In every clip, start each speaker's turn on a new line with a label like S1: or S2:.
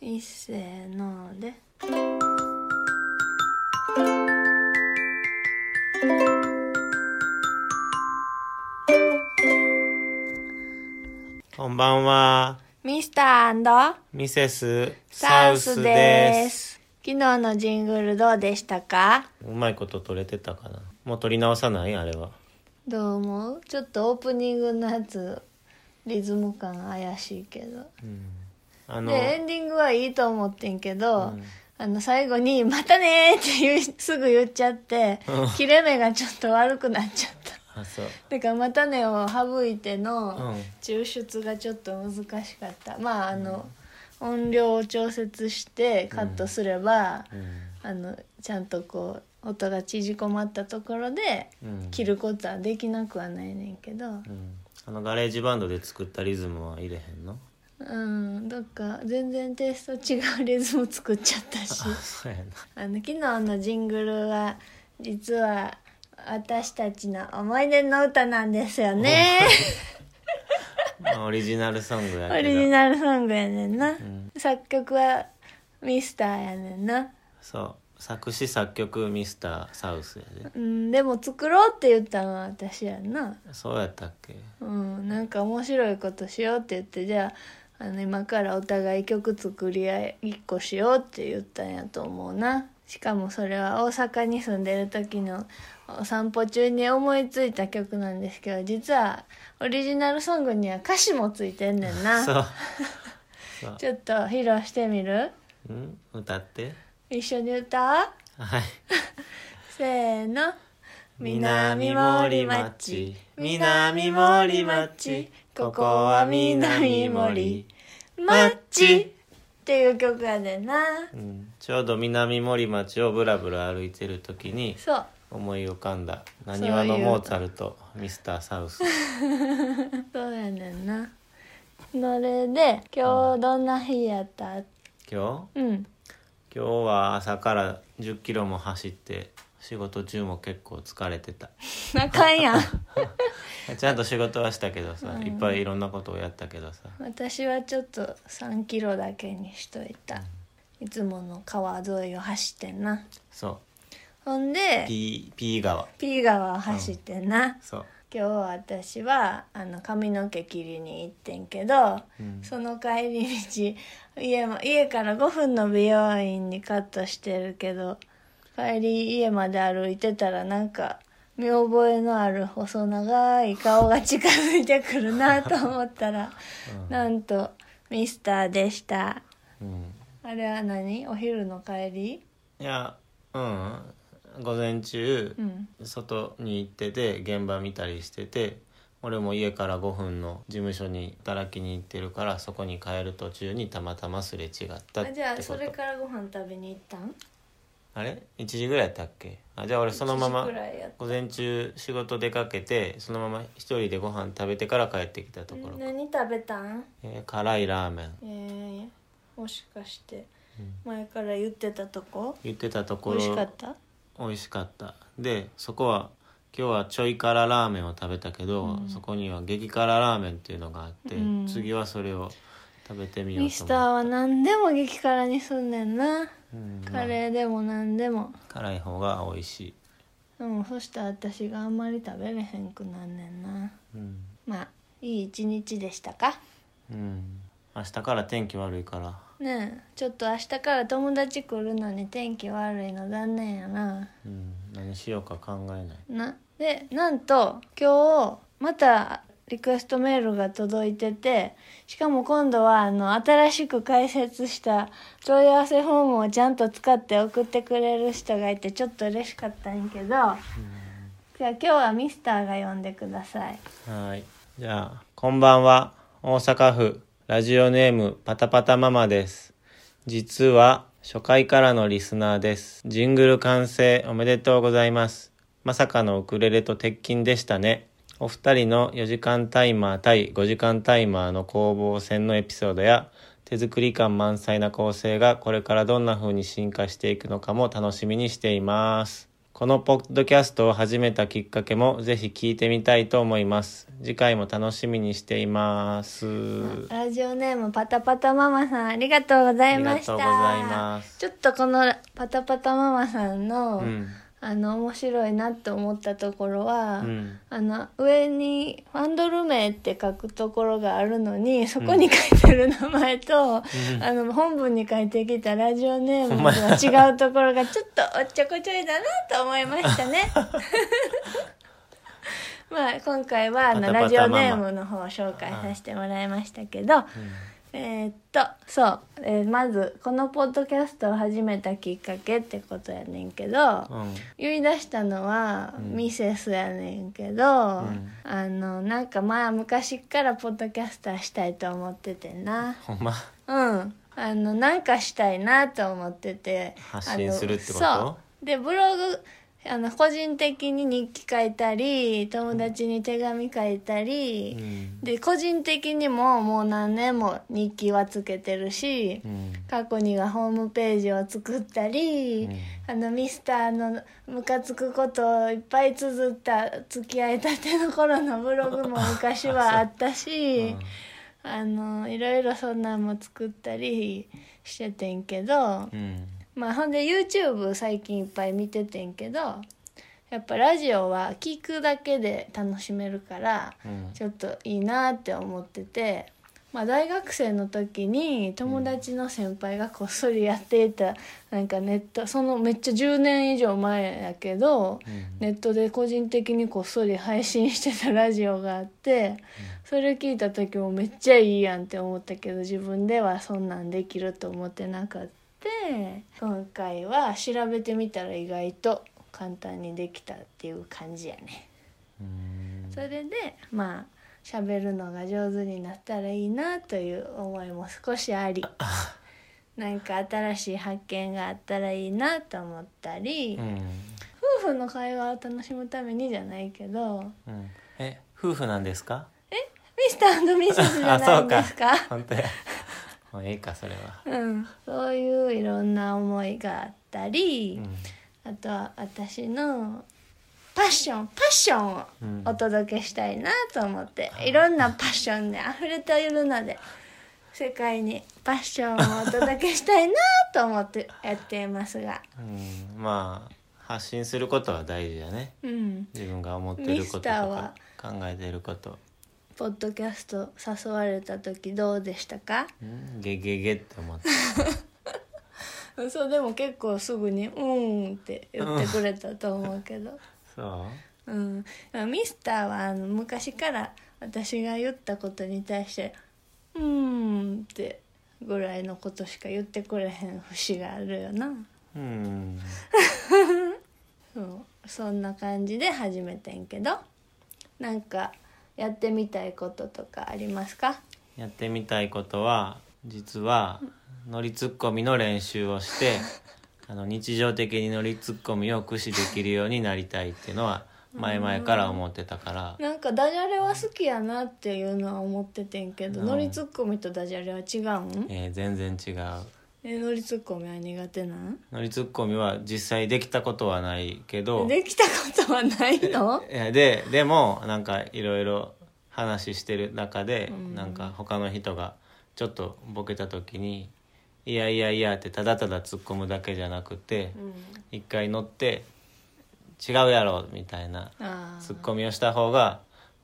S1: いっせーので
S2: こんばんは、
S1: ミスター
S2: ミセス
S1: サ
S2: サ
S1: ウ
S2: ウ
S1: ス
S2: ス
S1: で
S2: ですす。
S1: 昨日のジングルどうでしたか
S2: うまいこと取れてたかな。もう取り直さないあれは。
S1: どう思うちょっとオープニングのやつリズム感怪しいけど
S2: あの、
S1: でエンディングはいいと思ってんけど、
S2: うん
S1: あの最後に「またね」って言うすぐ言っちゃって
S2: うん
S1: 切れ目がちょっと悪くなっちゃった
S2: あ、そう。
S1: だから「またね」を省いての
S2: うん
S1: 抽出がちょっと難しかったまああの、音量を調節してカットすれば、
S2: うん
S1: あのちゃんとこう音が縮こまったところで
S2: うん。
S1: 切ることはできなくはないねんけど
S2: うん。あのガレージバンドで作ったリズムは入れへんの
S1: うんどっか全然テイスト違うリズム作っちゃった し
S2: あ、そうやな。
S1: あの昨日のジングルは実は私たちの思い出の歌なんですよ ね
S2: まあ、オリジナルソングや
S1: オ
S2: けど。
S1: リジナルソングやねんな、
S2: ん
S1: 作曲はミスターやねんな
S2: そう。作詞作曲ミスターサウスやで。
S1: うんでも作ろうって言ったのは私やんな
S2: そうやったっけ
S1: うん、なんか面白いことしようって言ってじゃああの今からお互い曲作り合い1個しようって言ったんやと思うなしかもそれは大阪に住んでる時のお散歩中に思いついた曲なんですけど実はオリジナルソングには歌詞もついてんねん
S2: そ
S1: な
S2: う。そう
S1: ちょっと披露してみる
S2: うん歌って。
S1: 一緒に歌おう
S2: はい。
S1: せーの
S2: 南森町南森町ここは南森
S1: マッチっていう曲やねんな
S2: うんちょうど南森町をブラブラ歩いてる時に
S1: そう
S2: 思い浮かんだな
S1: う
S2: にわのモーツァルトミスターサウ ス
S1: そうやねんなそれで今日どんな日やった
S2: 今
S1: うん
S2: 日今日は朝から1 0キロも走って仕事中も結構疲れてた
S1: あかんやん
S2: ちゃんと仕事はしたけどさ、いっぱいいろんなことをやったけどさ
S1: 私はちょっと3キロだけにしといたいつもの川沿いを走ってんな
S2: そ
S1: ほん
S2: う
S1: で
S2: P, P 川
S1: P 川を走ってんな、
S2: そう
S1: 今日は私はあの髪の毛切りに行ってんけど、
S2: うん
S1: その帰り道家も家から5分の美容院にカットしてるけど帰り家まで歩いてたらなんか見覚えのある細長い顔が近づいてくるなと思ったら、なんとミスターでした
S2: うん
S1: あれは何お昼の帰り
S2: いやうん午前中、
S1: うん
S2: 外に行ってて現場見たりしてて俺も家から5分の事務所に働きに行ってるからそこに帰る途中にたまたますれ違った
S1: あ
S2: って
S1: じゃあ
S2: こ
S1: そ
S2: と
S1: れからご飯食べに行ったん
S2: あれ1時ぐらいやったっけあじゃあ俺そのま
S1: 1
S2: ま
S1: 時くらいやった
S2: 午前中仕事出かけてそのまま一人でご飯食べてから帰ってきたところ、
S1: 何食べたん
S2: えー辛いラーメン
S1: えー、もしかして前から言ってたとこ、
S2: 言ってたところ
S1: 美味しかった
S2: 美味しかったでそこは今日はちょい辛ラーメンを食べたけど、そこには激辛ラーメンっていうのがあって、
S1: うん
S2: 次はそれを食べてみよう
S1: ミ
S2: と
S1: ス
S2: 思
S1: ターは何でも激辛にすんねんな、
S2: うんまあ
S1: カレーでも何でも
S2: 辛い方が美味しい、
S1: でもそしたら私があんまり食べれへんくなんねんな
S2: うん
S1: まあいい一日でしたか
S2: うん、明日から天気悪いから、
S1: ねえちょっと明日から友達来るのに天気悪いの残念やな
S2: うん、何しようか考えない
S1: なでなんと今日またリクエストメールが届いててしかも今度はあの新しく開設した問い合わせフォームをちゃんと使って送ってくれる人がいてちょっと嬉しかったんやけどじゃあ今日はミスターが呼んでください
S2: はいじゃあこんばんは大阪府ラジオネームパタパタママです実は初回からのリスナーですジングル完成おめでとうございますまさかのウクレレと鉄筋でしたねお二人の4時間タイマー対5時間タイマーの攻防戦のエピソードや手作り感満載な構成がこれからどんな風に進化していくのかも楽しみにしていますこのポッドキャストを始めたきっかけもぜひ聞いてみたいと思います。次回も楽しみにしています。
S1: ラジオネームパタパタママさんありがとうございました
S2: ありがとうございます
S1: ちょっとこのパタパタママさんの、
S2: うん。
S1: あの面白いなって思ったところは、
S2: うん
S1: あの上にファンドル名って書くところがあるのにそこに書いてる名前と、あの本文に書いてきたラジオネーム
S2: ほん
S1: と
S2: ま
S1: は
S2: や
S1: 違うところがちょっとおっちょこちょいだなと思いましたね。まあ今回はあの
S2: パタパタ
S1: ラジオ
S2: ママ
S1: ネームの方を紹介させてもらいましたけど、えーっとそう、えーまずこのポッドキャストを始めたきっかけってことやねんけど。
S2: うん。
S1: 言い出したのはミセスやねんけど、
S2: ん
S1: あのなんかまあ昔っからポッドキャスターしたいと思っててな
S2: ほんま。
S1: うんあのなんかしたいなと思ってて
S2: 発信するってこと
S1: あのそうでブログあの個人的に日記書いたり友達に手紙書いたり、
S2: うん。
S1: で個人的にももう何年も日記はつけてるし、
S2: うん。
S1: 過去にはホームページを作ったり、
S2: うん
S1: あのミスターのムカつくことをいっぱい綴った付き合いたての頃のブログも昔はあったし、あのいろいろそんなんも作ったりしててんけど、
S2: うん。
S1: まあほんで YouTube 最近いっぱい見ててんけどやっぱラジオは聞くだけで楽しめるから。
S2: うん。
S1: ちょっといいなって思ってて、まあ、大学生の時に友達の先輩がこっそりやっていたなんかネットそのめっちゃ10年以上前やけど
S2: うん
S1: ネットで個人的にこっそり配信してたラジオがあってそれ聞いた時もめっちゃいいやんって思ったけど自分ではそんなんできると思ってなかった。今回は調べてみたら意外と簡単にできたっていう感じやね。
S2: うん
S1: それでまあ喋るのが上手になったらいいなという思いも少し ありなんか新しい発見があったらいいなと思ったり、
S2: うん。
S1: 夫婦の会話を楽しむためにじゃないけどミ
S2: うん。え、夫婦なんですか
S1: スターミセスじゃないんですか
S2: 本当や。もうええか、それは。
S1: うん、そういういろんな思いがあったり
S2: う、ん。
S1: あとは私のパッションパッションを
S2: うん
S1: お届けしたいなと思って、いろんなパッションで溢れているので世界にパッションをお届けしたいなと思ってやっていますが、
S2: うん。まあ、発信することは大事だね。
S1: うん、
S2: 自分が思ってることと
S1: ミスターは
S2: か考えてること、
S1: ポッドキャスト誘われた時どうでしたか
S2: うん、ゲゲゲって思って
S1: そうでも結構すぐに「うん」って言ってくれたと思うけど。
S2: そ
S1: うん、ミスターはあの昔から私が言ったことに対して「うーん」ってぐらいのことしか言ってくれへん節があるよな
S2: ううん
S1: そうそんな感じで始めてんけどなんかやってみたいこととかありますか
S2: やってみたいことは実は乗りツッコミの練習 をしてあの日常的に乗りツッコミを駆使できるようになりたいっていうのは前々から思ってたから
S1: なんかダジャレは好きやなっていうのは思っててんけど、
S2: うん
S1: ノリツッコミとダジャレは違うん
S2: えー全然違う
S1: えノリツッコミは苦手なん
S2: 乗りツッコミは実際できたことはないけど
S1: できたことはないの
S2: えーででもなんかいろいろ話してる中で、なんか他の人がちょっとボケた時に「いやいやいや」ってただただ突っ込むだけじゃなくて、一回乗って「違うやろ」みたいな
S1: あ
S2: 突っ込みをした方が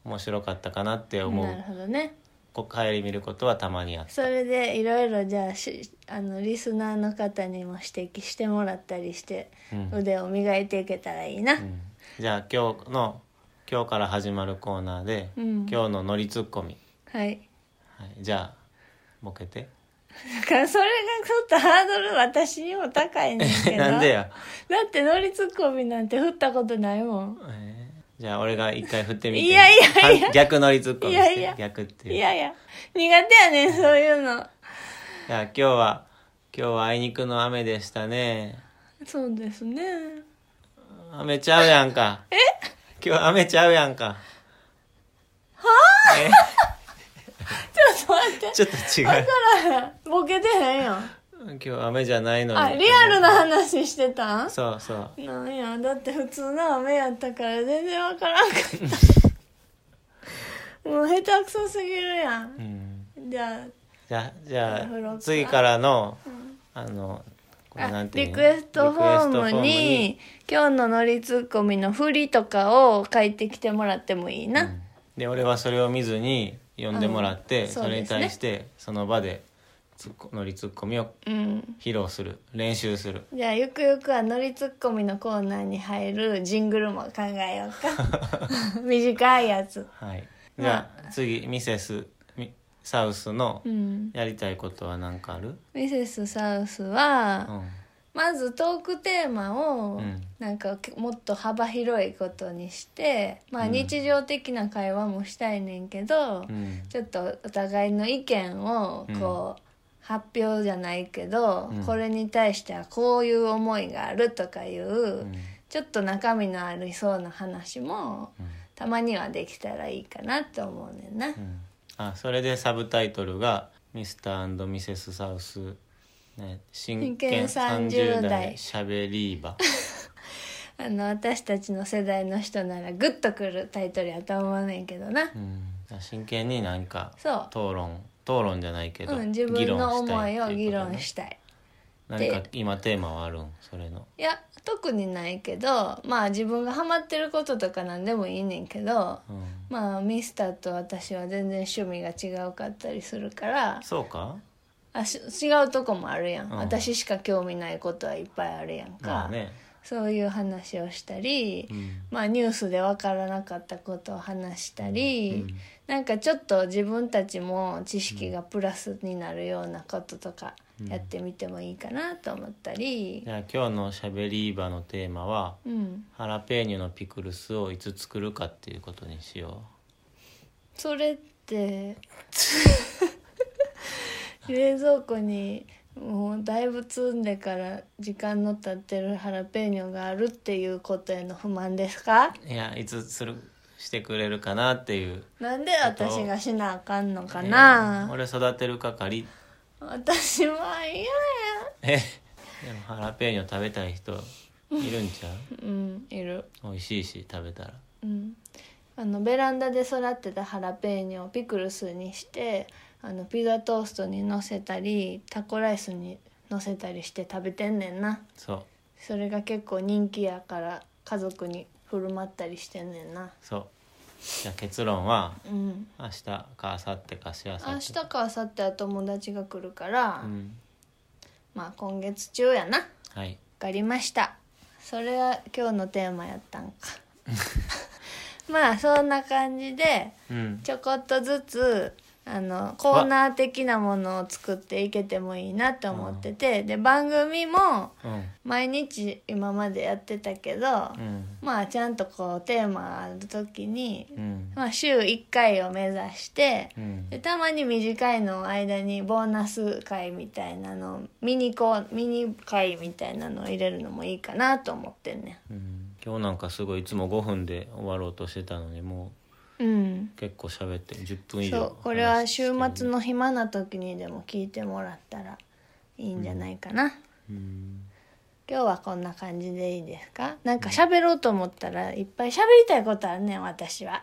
S2: 面白かったかなって
S1: あ
S2: 思
S1: なる
S2: う
S1: ほどね
S2: こ帰り見ることはたまにあった
S1: それでいろいろじゃあしあのリスナーの方にも指摘してもらったりして、
S2: うん
S1: 腕を磨いていけたらいいな、
S2: うんじゃあ今日の今日から始まるコーナーで、
S1: うん
S2: 今日の乗りツッコミ、
S1: はい
S2: はい、じゃあボケて
S1: だからそれがちょっとハードル私にも高いねんけど
S2: なんでや
S1: だってノリツッコミなんて振ったことないもん
S2: えーじゃあ俺が一回振ってみて。
S1: いやいやいや
S2: は逆乗りツッコミして。
S1: いやいや
S2: 逆っていう。
S1: いやいや苦手やねんそういうの
S2: じゃあ今日は、今日はあいにくの雨でしたね。
S1: そうですね
S2: 雨ちゃうやんか。え今日雨ちゃうやんか。は
S1: ちょっと待って
S2: ちょっと違う。
S1: ボケてへんよ
S2: 今日雨じゃないのに
S1: あリアルな話してたん
S2: そうそう
S1: なんやだって普通の雨やったから全然わからん かったもう下手くそすぎるやん
S2: うん
S1: じゃ
S2: じゃあじゃ
S1: アフロ
S2: あ
S1: か
S2: 次からの、あのこ
S1: あ
S2: れな
S1: あ
S2: んていう
S1: リ
S2: の
S1: クエストフォーム
S2: リクエストフォ
S1: に今日のノリツッコミの振りとかを書いてきてもらってもいいな、
S2: うんで俺はそれを見ずに読んでもらっ
S1: う
S2: て、
S1: ん
S2: そ
S1: そう
S2: れ
S1: で
S2: に
S1: すね
S2: 対してその場でツッコ乗りツッコミを
S1: うん、
S2: 披露する練習する
S1: じゃあゆくゆくはノリツッコミのコーナーに入るジングルも考え ようか短いやつ
S2: はいじゃあ、次ミセスミサウスの
S1: うん
S2: やりたいことは何かある、
S1: ミセスサウス
S2: う
S1: は、
S2: ん
S1: まずトークテーマを、
S2: うん
S1: なんかもっと幅広いことにしてまあ
S2: うん
S1: 日常的な会話もしたいねんけど、
S2: うん
S1: ちょっとお互いの意見をこう、発表じゃないけど、
S2: うん
S1: これに対してはこういう思いがあるとかいう、
S2: うん
S1: ちょっと中身のありそうな話も
S2: うん
S1: たまにはできたらいいかなと思うねんな、
S2: うんあそれでサブタイトルが「ミスターミセス・サウス」ね「真剣
S1: 真剣
S2: 30
S1: 30
S2: 代
S1: 代
S2: しゃべ りーば」
S1: あの私たちの世代の人ならグッとくるタイトルやと思うねんけどな、
S2: うん、真剣に何か
S1: そう
S2: 討論討論じゃないけど、
S1: うん、自分の思いを議論
S2: し
S1: したい
S2: たいっていうことね何か今テーマはあるんそれの
S1: いや特にないけどまあ自分がハマってることとか何でもいいねんけど
S2: うん
S1: まあミスターと私は全然趣味が違うかったりするから
S2: そうか
S1: あし違うとこもあるやん、
S2: うん
S1: 私しか興味ないことはいっぱいあるやんか、
S2: まあね、
S1: そういう話をしたり、
S2: うん
S1: まあニュースで分からなかったことを話したり、
S2: うん
S1: なんかちょっと自分たちも知識がプラスになるようなこととかやってみてもいいかなと思ったり
S2: じ、ゃあ今日の「しゃべりーば」のテーマは
S1: うん、
S2: 「ハラペーニョのピクルスをいつ作るか」っていうことにしよ
S1: それって 冷蔵庫にもうだいぶ積んでから時間の経ってるハラペーニョがあるっていうことへの不満ですか
S2: ういやいつするしてくれるかなっていう
S1: なんで私がしなあかんのかな、
S2: えー俺育てる係
S1: 私は嫌や
S2: えでもハラペーニョ食べたい人いるん ちゃう
S1: うんいる
S2: 美味しいし食べたら
S1: うんあのベランダで育ってたハラペーニョをピクルスにしてあのピザトーストにのせたりタコライスにのせたりして食べてんねんな
S2: そう
S1: それが結構人気やから家族に振る舞ったりしてんねんな
S2: そうじゃあ結論は
S1: うん
S2: 明日か明後日かしあさ
S1: 明日か明後日は友達が来るから、
S2: うん
S1: まあ今月中やなわ
S2: はい
S1: かりましたそれは今日のテーマやったんかまあそんな感じで
S2: うん
S1: ちょこっとずつあのコーナー的なものを作っていけてもいいなって思っててで番組も
S2: うん
S1: 毎日今までやってたけど、
S2: うん
S1: まあちゃんとこうテーマある時に、
S2: うん
S1: まあ、週1回を目指して
S2: うん
S1: でたまに短いの間にボーナス回みたいなのミニコーミニ回みたいなのを入れるのもいいかなと思ってんね
S2: うん今日なんかすごいいつも5分で終わろうとしてたのにも
S1: ん。うん
S2: う結構喋って10分以上
S1: そうこれは週
S2: 話して
S1: 末
S2: る
S1: の暇な時にでも聞いてもらったらいいんじゃないかな、
S2: うん
S1: 今日はこんな感じでいいですかなんか喋ろうと思ったらいっぱい喋りたいことあるねん私は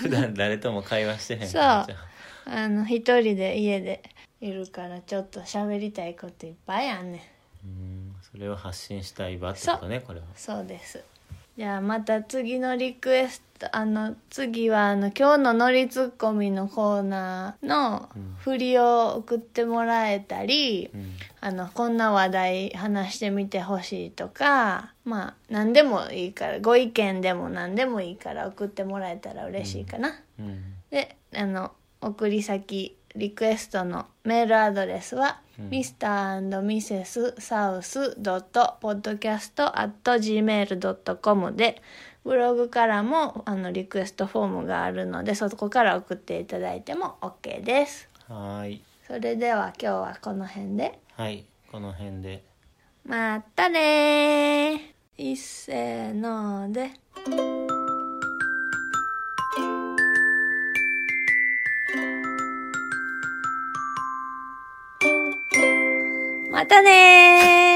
S2: 普段誰とも会話してへん
S1: そう
S2: からじゃあ
S1: あの一人で家でいるからちょっと喋りたいこといっぱいあんねん
S2: うんそれを発信したい場ってことねこれは
S1: そうですじゃあまた次のリクエストあの次はあの今日のノリツッコミのコーナーの振りを送ってもらえたり、
S2: うん
S1: あのこんな話題話してみてほしいとかまあ何でもいいからご意見でも何でもいいから送ってもらえたら嬉しいかな、
S2: うん
S1: であの送り先リクエストのメールアドレスは、
S2: うん
S1: mr.mrs.south.podcast.gmail.com でブログからもあのリクエストフォームがあるのでそこから送っていただいても OK です
S2: はーい
S1: それでは今日はこの辺で
S2: はいこの辺で
S1: またねーいっせーのでまたねー